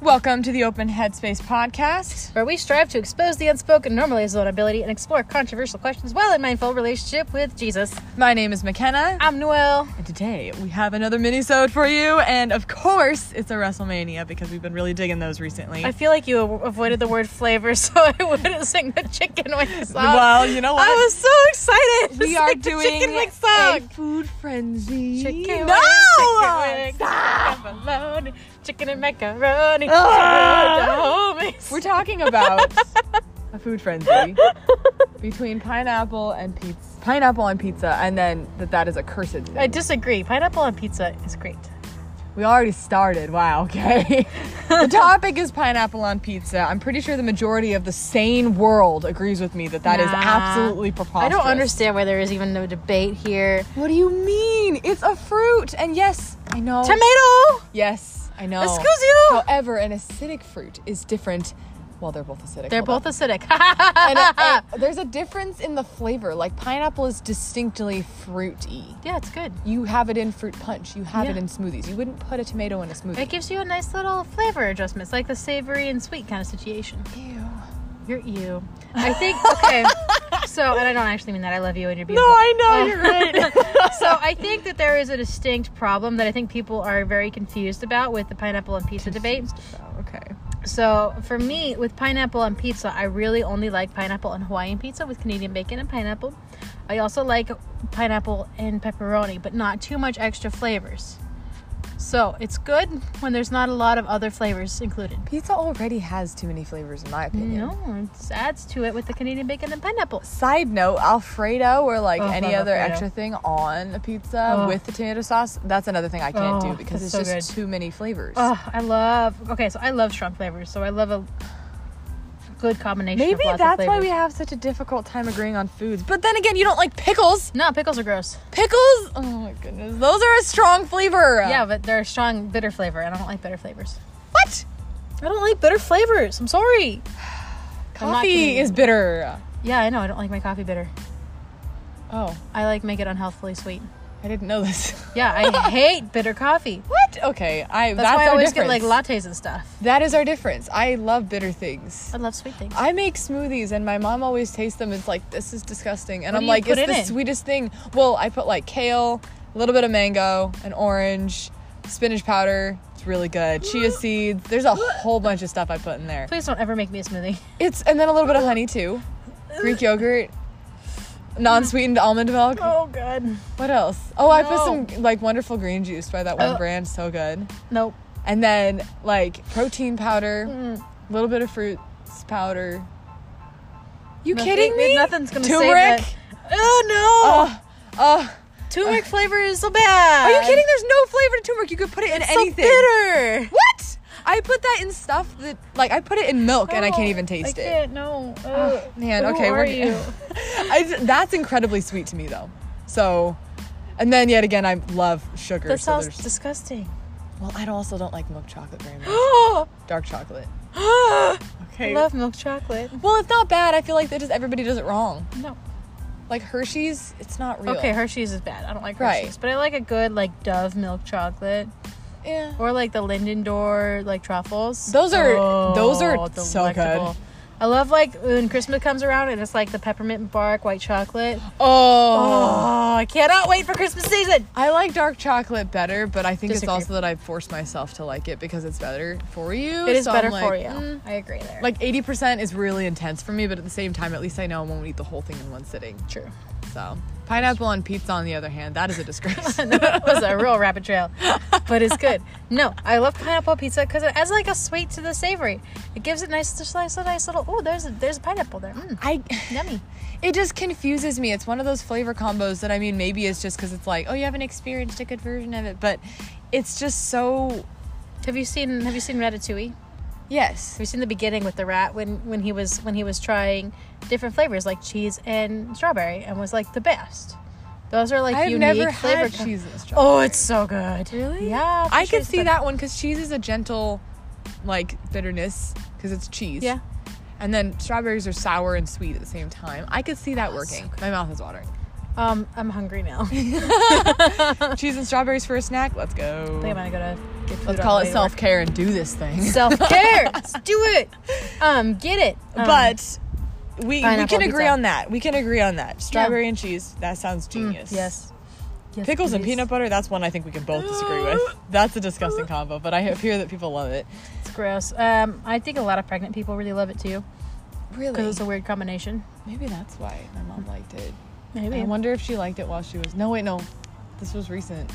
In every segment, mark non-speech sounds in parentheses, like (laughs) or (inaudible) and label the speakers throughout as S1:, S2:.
S1: Welcome to the Open Headspace Podcast.
S2: where we strive to expose the unspoken, normalize vulnerability, and explore controversial questions while in mindful relationship with Jesus.
S1: My name is McKenna,
S2: I'm Noel.
S1: and today we have another mini-sode for you, and of course, it's a WrestleMania because we've been really digging those recently.
S2: I feel like you a- avoided the word flavor, (laughs) so I wouldn't sing the chicken wing song.
S1: well, you know what?
S2: I was so excited. to
S1: we are
S2: sing the
S1: doing
S2: chicken wing
S1: a
S2: song.
S1: food frenzy.
S2: Chicken
S1: no!
S2: wings, chicken wings,
S1: Stop!
S2: chicken bologna, chicken and macaroni,
S1: Ah!
S2: chicken and homies.
S1: We're talking about a food frenzy between pineapple and pizza. Pineapple and pizza, and then that that is a cursed thing.
S2: I disagree. Pineapple on pizza is great.
S1: We already started. Wow, (laughs) okay. the topic is pineapple on pizza. I'm pretty sure the majority of the sane world agrees with me that that is
S2: Nah.
S1: absolutely preposterous.
S2: I don't understand why there is even no debate here.
S1: What do you mean? It's a fruit. And yes, I know.
S2: Tomato!
S1: yes, I know.
S2: Excuse you!
S1: However, an acidic fruit is different. Well, they're both acidic.
S2: They're
S1: Hold on.
S2: both acidic. (laughs)
S1: And, uh, and (laughs) there's a difference in the flavor. Like pineapple is distinctly fruity.
S2: yeah, it's good.
S1: You have it in fruit punch. You have it
S2: Yeah.
S1: in smoothies. You wouldn't put a tomato in a smoothie.
S2: It gives you a nice little flavor adjustment. It's like the savory and sweet kind of situation.
S1: Ew.
S2: You're you. I think
S1: (laughs)
S2: okay. so and I don't actually mean that. I love you and you're
S1: No,
S2: beautiful. Um,
S1: I know you're right.
S2: (laughs) so I think that there is a distinct problem that I think people are very confused about with the pineapple and pizza debate.
S1: Oh, okay.
S2: So for me, with pineapple and pizza, I really only like pineapple and Hawaiian pizza with Canadian bacon and pineapple. I also like pineapple and pepperoni, but not too much extra flavors. So it's good when there's not a lot of other flavors included.
S1: Pizza already has too many flavors, in my opinion.
S2: No, it adds to it with the Canadian bacon and pineapple.
S1: Side note, Alfredo or like
S2: Oh,
S1: any
S2: love
S1: other
S2: Alfredo.
S1: extra thing on a pizza
S2: Oh.
S1: with the tomato sauce, that's another thing I can't
S2: Oh,
S1: do because it's
S2: that's so
S1: just
S2: good.
S1: too many flavors.
S2: Oh, I love. Okay, so I love strong flavors. So I love a good combination. of
S1: Maybe
S2: lots of
S1: that's why
S2: flavors.
S1: we have such a difficult time agreeing on foods. But then again, you don't like pickles.
S2: No, pickles are gross.
S1: Pickles? Oh my goodness. Those are a strong flavor.
S2: Yeah, but they're strong bitter flavor, and I don't like bitter flavors.
S1: What?
S2: I don't like bitter flavors. I'm sorry. I'm not
S1: Coffee
S2: Canadian.
S1: is bitter.
S2: Yeah, I know. I don't like my coffee bitter.
S1: Oh,
S2: I like make it unhealthily sweet.
S1: I didn't know this. (laughs)
S2: Yeah, I hate bitter coffee.
S1: What? Okay. I
S2: That's, why I
S1: our
S2: always
S1: difference.
S2: get like lattes and stuff.
S1: that is our difference. I love bitter things.
S2: I love sweet things.
S1: I make smoothies and my mom always tastes them. It's like this is disgusting, and
S2: What
S1: I'm
S2: do you
S1: like,
S2: put
S1: it's
S2: in
S1: the
S2: it?
S1: sweetest thing. Well, I put like kale, a little bit of mango, an orange, spinach powder. It's really good. Chia seeds. There's a whole bunch of stuff I put in there.
S2: Please don't ever make me
S1: (laughs)
S2: a smoothie.
S1: It's and then a little bit of honey too. Greek yogurt, non-sweetened almond milk.
S2: Oh god.
S1: What else? Oh, I put
S2: No.
S1: some like wonderful green juice by that one
S2: Oh.
S1: brand. So good.
S2: Nope.
S1: And then like protein powder, a
S2: Mm.
S1: little bit of fruits powder. You
S2: Nothing-
S1: kidding me?
S2: Nothing's gonna save
S1: Turmeric?
S2: it. Oh
S1: Oh, oh.
S2: no! turmeric flavor is so bad.
S1: Are you kidding? There's no flavor to turmeric. You could put it in
S2: It's so
S1: anything.
S2: bitter.
S1: What? I put that in stuff that, like, I put it in milk and I can't even taste
S2: Oh, (gasps) I
S1: it.
S2: can't. No. Ugh.
S1: Man,
S2: Who
S1: okay,
S2: are
S1: we're.
S2: you?
S1: (laughs) I, that's incredibly sweet to me, though. So, and then yet again, I love sugar.
S2: That
S1: so
S2: sounds
S1: there's- (gasps)
S2: disgusting. (gasps)
S1: well, I don't- also don't like milk chocolate very much.
S2: I
S1: Dark chocolate. Okay.
S2: love milk chocolate.
S1: well, it's not bad. I feel like that just everybody does it wrong.
S2: No.
S1: Like Hershey's, it's not real.
S2: Okay, Hershey's is bad. I don't like
S1: Right.
S2: Hershey's, but I like a good like Dove milk chocolate
S1: Yeah.
S2: or like the Lindendor like truffles. Oh,
S1: Those are- those are so good.
S2: delectable. I love like when Christmas comes around and it's like the peppermint bark white chocolate.
S1: Oh.
S2: Oh, I cannot wait for Christmas season.
S1: I like dark chocolate better, but I think
S2: Disagree.
S1: it's also that I force myself to like it because it's better for you.
S2: It is
S1: So I'm
S2: better
S1: like,
S2: for you.
S1: mm.
S2: I agree there.
S1: Like 80% is really intense for me, but at the same time, at least I know I won't eat the whole thing in one sitting.
S2: true.
S1: So, pineapple on pizza, on the other hand, that is a
S2: (laughs)
S1: disgrace.
S2: that was a real rabbit trail, but it's good. No, I love pineapple pizza because it adds like a sweet to the savory. It gives it nice, just nice, a nice little. Oh, there's a, there's a pineapple there. Mm,
S1: I,
S2: yummy.
S1: it just confuses me. It's one of those flavor combos that I mean, maybe it's just because it's like, oh, you haven't experienced a good version of it, but it's just so.
S2: Have you seen Have you seen Ratatouille? Have
S1: Yes.
S2: you seen the beginning with the rat when when he was when he was trying different flavors like cheese and strawberry and was like the best. Those are like
S1: I've
S2: unique
S1: never
S2: flavor.
S1: had
S2: com-
S1: cheese and strawberry.
S2: Oh, it's so good.
S1: Really?
S2: Yeah. for
S1: I
S2: sure
S1: could
S2: it's
S1: see
S2: good.
S1: that one because cheese is a gentle, like bitterness because it's cheese.
S2: Yeah. (laughs)
S1: And then strawberries are sour and sweet at the same time. I could see that working. My mouth is watering.
S2: Um, I'm
S1: (laughs)
S2: hungry now. I think
S1: Cheese and strawberries for a snack. Let's go.
S2: I'm gonna go to get food.
S1: Let's
S2: on
S1: call
S2: the
S1: it
S2: way to
S1: self care and do this thing. (laughs)
S2: Self um, care. Let's do it. Um, get it. Um,
S1: but we, we
S2: pineapple
S1: can agree
S2: pizza. Mm,
S1: on that. We can agree on that. Strawberry and cheese. That sounds genius.
S2: yes. Yes,
S1: Pickles and
S2: please.
S1: peanut butter, that's one I think we can both disagree with.
S2: (gasps)
S1: That's a disgusting combo, but I hear that people love it.
S2: It's gross. Um, I think a lot of pregnant people really love it too because
S1: Really?
S2: it's a weird combination.
S1: Maybe that's why my mom liked it.
S2: Maybe.
S1: I wonder if she liked it while she was. No, wait, no. This was recent.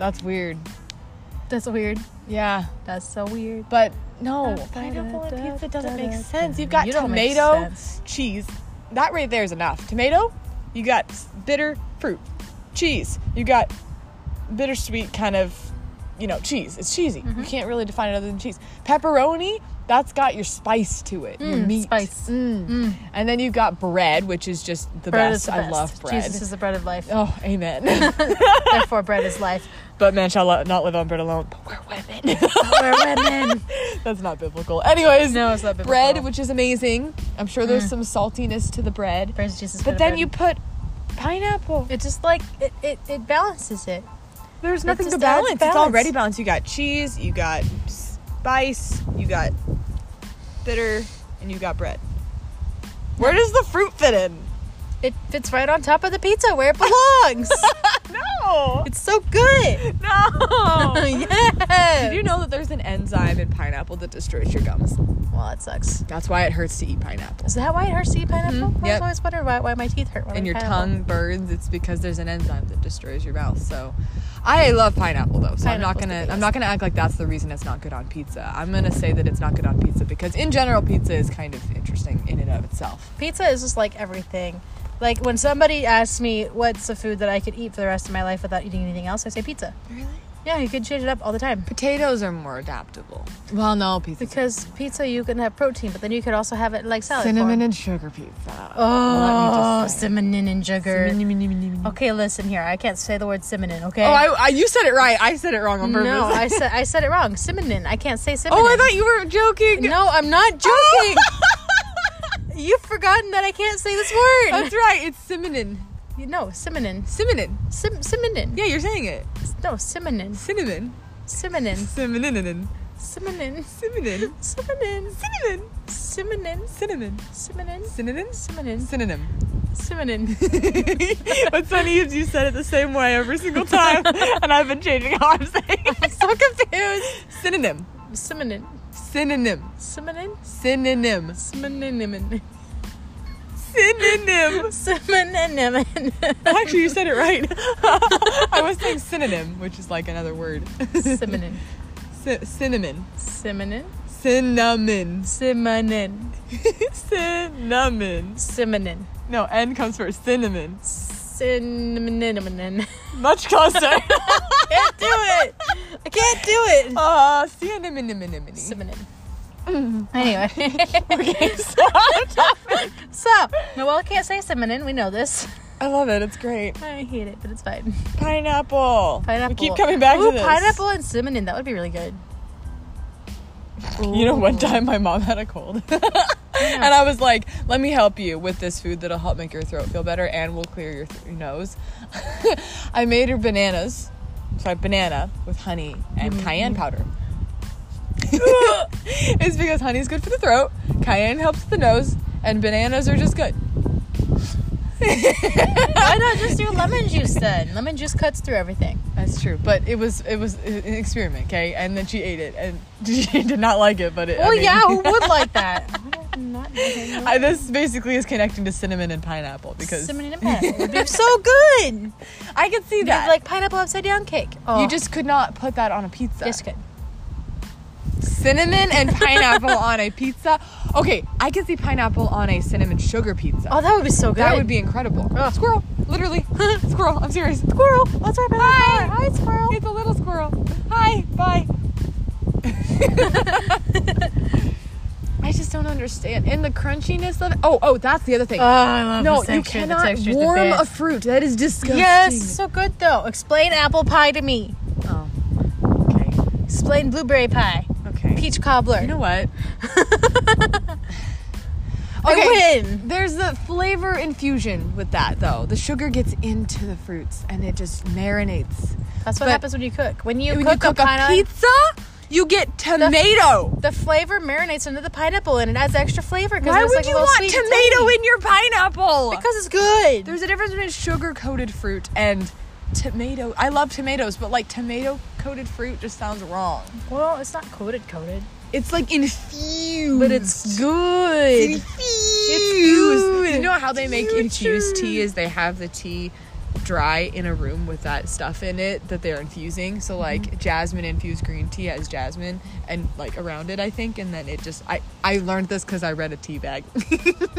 S1: That's weird.
S2: That's weird.
S1: Yeah,
S2: That's so weird.
S1: but no. Pineapple and pizza doesn't make sense. You've got
S2: You don't make
S1: tomato,
S2: sense.
S1: cheese. That right there is enough. Tomato, you got s- bitter fruit. Cheese, you got bittersweet kind of, you know, cheese. It's cheesy.
S2: Mm-hmm.
S1: You can't really define it other than cheese. Pepperoni, that's got your spice to it. your
S2: Mm,
S1: meat.
S2: spice.
S1: Mm. And then you've got bread, which is just the,
S2: Bread
S1: best.
S2: is the
S1: I
S2: best.
S1: love bread.
S2: Jesus is the bread of (laughs) life.
S1: Oh,
S2: (laughs)
S1: amen.
S2: Therefore, bread is (laughs) life.
S1: but man shall lo- not live on bread alone. But we're women.
S2: We're women.
S1: That's not biblical. Anyways,
S2: No, it's not biblical.
S1: bread, which is amazing. I'm sure there's some saltiness to the bread.
S2: Praise Jesus. for
S1: But
S2: the
S1: then
S2: bread.
S1: you put pineapple.
S2: It just like it, it, it balances it.
S1: There's nothing
S2: just
S1: to balance.
S2: adds balance.
S1: It's already balanced. You got cheese, you got spice, you got bitter, and you got bread. Where does the fruit fit in?
S2: It fits right on top of the pizza where (laughs) it belongs.
S1: No.
S2: it's so good. Oh, (laughs)
S1: No.
S2: yeah.
S1: Did you know that there's an enzyme in pineapple that destroys your gums?
S2: Well, that sucks. Mm-hmm.
S1: That's why it hurts to eat pineapple.
S2: Is that why it hurts to eat pineapple?
S1: Mhm.
S2: I was
S1: Yep.
S2: always wondered why, why my teeth hurt. When I
S1: and
S2: eat
S1: your
S2: pineapple.
S1: tongue burns, it's because there's an enzyme that destroys your mouth. So, I love pineapple though. So I'm not
S2: Pineapple's the
S1: gonna I'm
S2: best.
S1: not gonna act like that's the reason it's not good on pizza. I'm gonna say that it's not good on pizza because in general, pizza is kind of interesting in and of itself.
S2: Pizza is just like everything. Like when somebody asks me what's a food that I could eat for the rest of my life without eating anything else, I say pizza.
S1: Really?
S2: Yeah, you could change it up all the time.
S1: Potatoes are more adaptable. Well, no, pizza.
S2: Because pizza, you can have protein, but then you could also have it in, like salad.
S1: cinnamon
S2: form.
S1: and sugar pizza.
S2: oh,
S1: Let me just say.
S2: cinnamon and sugar.
S1: Cinnamon-
S2: Okay, listen here. I can't say the word cinnamon. Okay.
S1: Oh, I, I, you said it right. I said it wrong on purpose.
S2: no, I said I said it wrong. Cinnamon. I can't say cinnamon.
S1: (laughs) oh, I thought you Oh! were joking. (laughs)
S2: No, I'm not (laughs) joking. You've forgotten that I can't say this word.
S1: That's right. It's cinnamon.
S2: You- no, cinnamon.
S1: Cinnamon.
S2: Sim- cinnamon.
S1: Yeah, you're saying it.
S2: No, cinnamon.
S1: Cinnamon.
S2: Cinnamon.
S1: Cinnamon.
S2: Cinnamon.
S1: Cinnamon.
S2: Cinnamon.
S1: Cinnamon.
S2: Cinnamon.
S1: Cinnamon.
S2: Cinnamon.
S1: Synonym?
S2: Cinnamon.
S1: Synonym.
S2: Cinnamon.
S1: (laughs) What's funny is you said it the same way every single
S2: (laughs)
S1: time, and I've been changing how I'm saying it.
S2: so confused.
S1: Synonym.
S2: Cinnamon.
S1: Synonym.
S2: Cinnamon.
S1: Synonym.
S2: Cinnamon.
S1: Synonym.
S2: Cinnamon.
S1: Actually, you said
S2: (laughs)
S1: it right. (laughs) I was saying synonym, which is like another word. (laughs)
S2: Cinnamon.
S1: Cin- cinnamon.
S2: Cinnamon.
S1: Cinnamon. (laughs)
S2: Cinnamon.
S1: Cinnamon.
S2: Cinnamon.
S1: No, N comes first. Cinnamon.
S2: Cinnamon.
S1: Much closer.
S2: (laughs) can't do it. I can't do it.
S1: Uh, cinnamon.
S2: Cinnamon. Anyway, (laughs)
S1: Okay, stop.
S2: so Noelle can't say cinnamon. We know this.
S1: I love it. It's great.
S2: I hate it, but it's fine.
S1: Pineapple.
S2: Pineapple.
S1: We keep coming back
S2: Ooh,
S1: to this.
S2: pineapple and cinnamon. That would be really good.
S1: You know, one time my mom had a cold. (laughs) and I was like, let me help you with this food that'll help make your throat feel better and will clear your, th- your nose. (laughs) I made her bananas. Sorry, banana with honey and
S2: Mm-hmm.
S1: cayenne powder. (laughs) it's because honey's good for the throat, cayenne helps the nose, and bananas are just good. (laughs)
S2: Why not just do lemon juice then? Lemon juice cuts through everything.
S1: That's true, but it was it was uh, an experiment, okay? And then she ate it, and (laughs) she did not like it. But it, I
S2: Well,
S1: mean-
S2: yeah, who would (laughs) like that? I do not (laughs) know.
S1: I, this basically is connecting to cinnamon and pineapple because
S2: (laughs) cinnamon and pineapple would be so (laughs) good.
S1: I could see
S2: You have
S1: that.
S2: like pineapple upside down cake. Oh,
S1: you just could not put that on a pizza.
S2: yes, good.
S1: cinnamon (laughs) and pineapple on a pizza. Okay, I could see pineapple on a cinnamon sugar pizza.
S2: Oh, that would be so good.
S1: that would be incredible.
S2: Ugh.
S1: Squirrel, literally. (laughs) squirrel, I'm serious. Squirrel, let's right by Hi. Hi, squirrel. It's a little squirrel. Hi, bye. (laughs) I just don't understand. And the crunchiness of it. Oh, oh, that's the other thing.
S2: Oh, I love
S1: no,
S2: the
S1: you
S2: texture. the
S1: cannot
S2: texture's the
S1: warm
S2: best.
S1: a fruit. That is disgusting.
S2: Yes, so good though. Explain apple pie to me.
S1: Oh. Okay.
S2: Explain blueberry pie,
S1: Okay. (laughs)
S2: peach cobbler.
S1: You know what?
S2: I win.
S1: There's the flavor infusion with that though. The sugar gets into the fruits and it just marinates.
S2: That's what
S1: But-
S2: happens when you cook. When you,
S1: when
S2: cook,
S1: you cook
S2: a,
S1: a,
S2: pineapple,
S1: pizza, you get tomato.
S2: the flavor marinates into the pineapple and it adds extra flavor because
S1: Why
S2: it's
S1: would
S2: like a
S1: you
S2: little
S1: want
S2: sweet
S1: tomato
S2: tangy.
S1: in your pineapple?
S2: Because it's good.
S1: there's a difference between sugar coated fruit and tomato. I love tomatoes, but like tomato coated fruit just sounds wrong.
S2: well, it's not coated coated,
S1: It's like infused.
S2: but it's good.
S1: infused. You
S2: good.
S1: know how they make
S2: Future.
S1: infused tea is they have the tea dry in a room with that stuff in it that they're infusing. So like jasmine infused green tea has jasmine and like around it I think and then it just I I learned this cuz I read a tea bag. (laughs)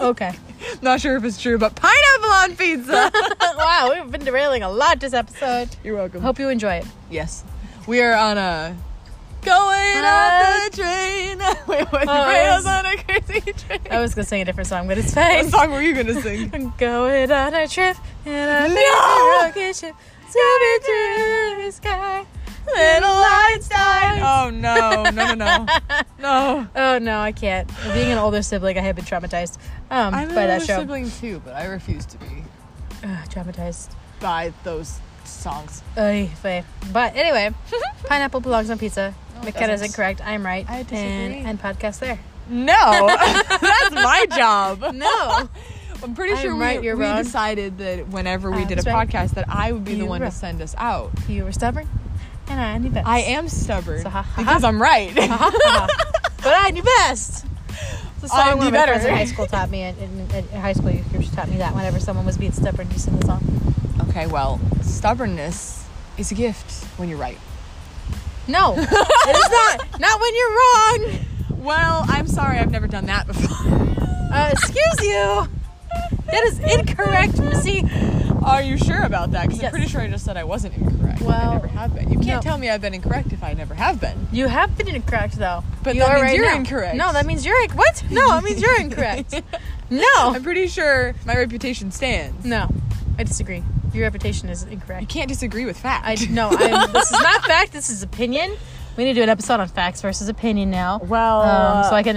S2: Okay.
S1: Not sure if it's true, but pineapple on pizza.
S2: (laughs)
S1: (laughs)
S2: wow, we've been derailing a lot this episode.
S1: You're welcome.
S2: Hope you enjoy it.
S1: Yes. We are on a going on
S2: Uh,
S1: the train. (laughs) Wait, what?
S2: Oh, it
S1: Rails
S2: was-
S1: on a crazy train.
S2: I was gonna sing a different song, but it's
S1: what
S2: fine.
S1: song were you gonna sing?
S2: Going on a trip in a
S1: No!
S2: little rocket ship, zooming through the sky.
S1: Little Einstein. Oh no, no, no, (laughs) no, no.
S2: Oh no, I can't. Being an older sibling, I have been traumatized um,
S1: I'm
S2: by
S1: an
S2: that
S1: older
S2: show.
S1: sibling too, but I refuse to be
S2: Ugh, traumatized.
S1: by those (laughs) songs.
S2: Oy vey. But anyway, pineapple belongs on pizza.
S1: No, it
S2: McKenna is
S1: doesn't.
S2: incorrect. I'm right.
S1: Oh, I disagree.
S2: And, and podcast there.
S1: No, (laughs) that's my job.
S2: (laughs) No.
S1: I'm pretty
S2: I'm
S1: sure we,
S2: right, you're
S1: we
S2: wrong.
S1: decided that whenever we
S2: I
S1: did a
S2: was right.
S1: podcast, that I would be the
S2: You
S1: one
S2: were-
S1: to send us out.
S2: you were stubborn, and I knew best.
S1: I am (laughs) stubborn
S2: So, ha, ha, ha.
S1: because I'm right.
S2: but I knew best. It's a
S1: I knew
S2: song one of my
S1: better.
S2: friends in high school taught me. In, in, in high school, youth group, she taught me that whenever someone was being stubborn, you sing the song.
S1: (laughs) Okay, well, stubbornness is a gift when you're right.
S2: No, (laughs) it is not. Not when you're wrong.
S1: Well, I'm sorry, I've never done that before.
S2: Uh, excuse you. That is incorrect, Missy.
S1: Are you sure about that? Because
S2: Yes.
S1: I'm pretty sure I just said I wasn't incorrect.
S2: Well,
S1: I never have been. You can't
S2: no.
S1: tell me I've been incorrect if I never have been.
S2: You have been incorrect though.
S1: But
S2: you
S1: that
S2: are
S1: means
S2: right
S1: you're
S2: now.
S1: incorrect.
S2: No, that means you're in- what? No, that means
S1: (laughs)
S2: you're incorrect. (laughs) no,
S1: I'm pretty sure my reputation stands.
S2: no, I disagree. Your reputation is
S1: You
S2: incorrect.
S1: can't disagree with fact.
S2: I
S1: (laughs)
S2: no. I'm, this is not fact. This is opinion. We need to do an episode on facts versus opinion now.
S1: Well,
S2: Um, so I can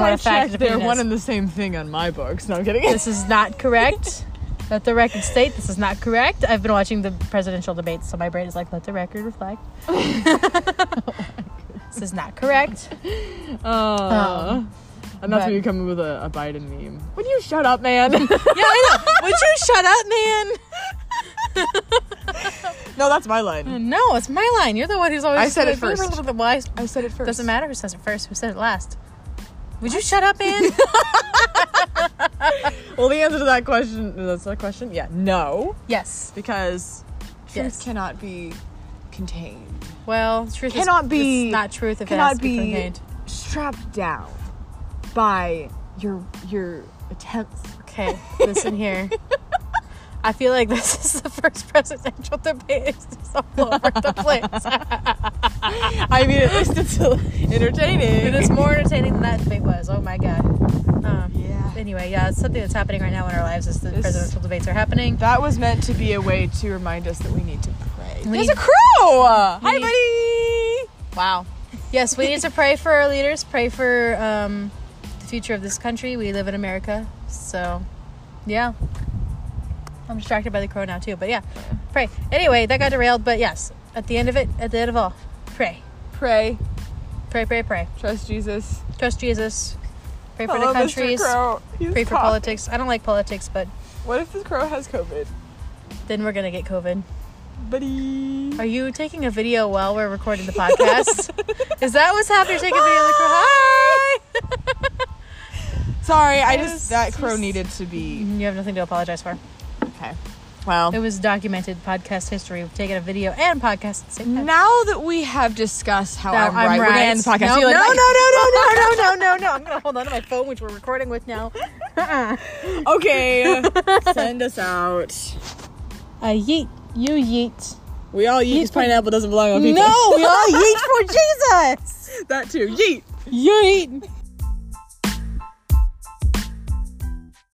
S1: last
S2: what
S1: I
S2: a fact
S1: checked,
S2: and
S1: they're
S2: opinion
S1: one
S2: is.
S1: and the same thing on my books. No, I'm kidding. (laughs)
S2: This is not correct. Let the record state this is not correct. I've been watching the presidential debates, so my brain is like, let the record reflect. this is not correct.
S1: Uh,
S2: Um,
S1: and that's
S2: but-
S1: where you come up with a, a Biden meme. Would you shut up, man? (laughs)
S2: Yeah, I know. Would you shut up, man?
S1: no, that's my line.
S2: No, it's my line. You're the one who's always.
S1: I said it
S2: like,
S1: first.
S2: Well, I-
S1: I said it first.
S2: doesn't matter who says it first. Who said it last? Would you shut up, man? (laughs)
S1: Well, the answer to that question, that's not a question? Yeah, no.
S2: yes.
S1: Because truth
S2: Yes.
S1: cannot be contained,
S2: Well, truth is-
S1: Cannot be-
S2: is not truth if it
S1: cannot
S2: has to
S1: be-
S2: be contained.
S1: strapped down by your your
S2: (laughs)
S1: attempts.
S2: Okay,
S1: (laughs)
S2: listen here. I feel like this is the first presidential debate. It's just all over the place.
S1: (laughs) I mean, at least it's entertaining.
S2: It is more entertaining than that debate was. Oh my god. Um,
S1: Yeah.
S2: anyway, yeah, it's something that's happening right now in our lives is the
S1: This-
S2: presidential debates are happening.
S1: That was meant to be a way to remind us that we need to pray.
S2: We
S1: There's
S2: need-
S1: a crow! Hi,
S2: need-
S1: buddy!
S2: Wow. Yes, we need to pray for our leaders. Pray for um, the future of this country. We live in America, so yeah. I'm distracted by the crow now too, but yeah, pray. Anyway, that got derailed, but yes, at the end of it, at the end of all, pray,
S1: Pray.
S2: pray, pray, pray.
S1: Trust Jesus.
S2: Trust Jesus. Pray for
S1: Hello,
S2: the
S1: Mr.
S2: countries.
S1: Oh, Crow. He's
S2: Pray for
S1: coughing.
S2: politics. I don't like politics, but
S1: What if this crow has COVID?
S2: then we're gonna get COVID.
S1: Buddy.
S2: Are you taking a video while we're recording the podcast? Is that what's happening? You're taking a video of the crow. Hi. (laughs)
S1: Sorry, I
S2: Yes,
S1: just that crow
S2: yes.
S1: needed to be
S2: You have nothing to apologize for.
S1: okay. Well,
S2: It was documented podcast history of taking a video and podcast at the same time.
S1: now that we have discussed how
S2: No,
S1: I'm,
S2: I'm
S1: right, we're gonna end the
S2: right.
S1: podcast.
S2: No,
S1: See you later.
S2: no,
S1: no,
S2: no, no, no. I'm going to hold on to my phone, which we're recording with now. (laughs) uh
S1: no. (laughs) okay, (laughs) send us out.
S2: yeet. You yeet.
S1: We all yeet. 'cause Pineapple (laughs) doesn't belong on people.
S2: No, we all yeet for Jesus.
S1: that too. Yeet.
S2: Yeet.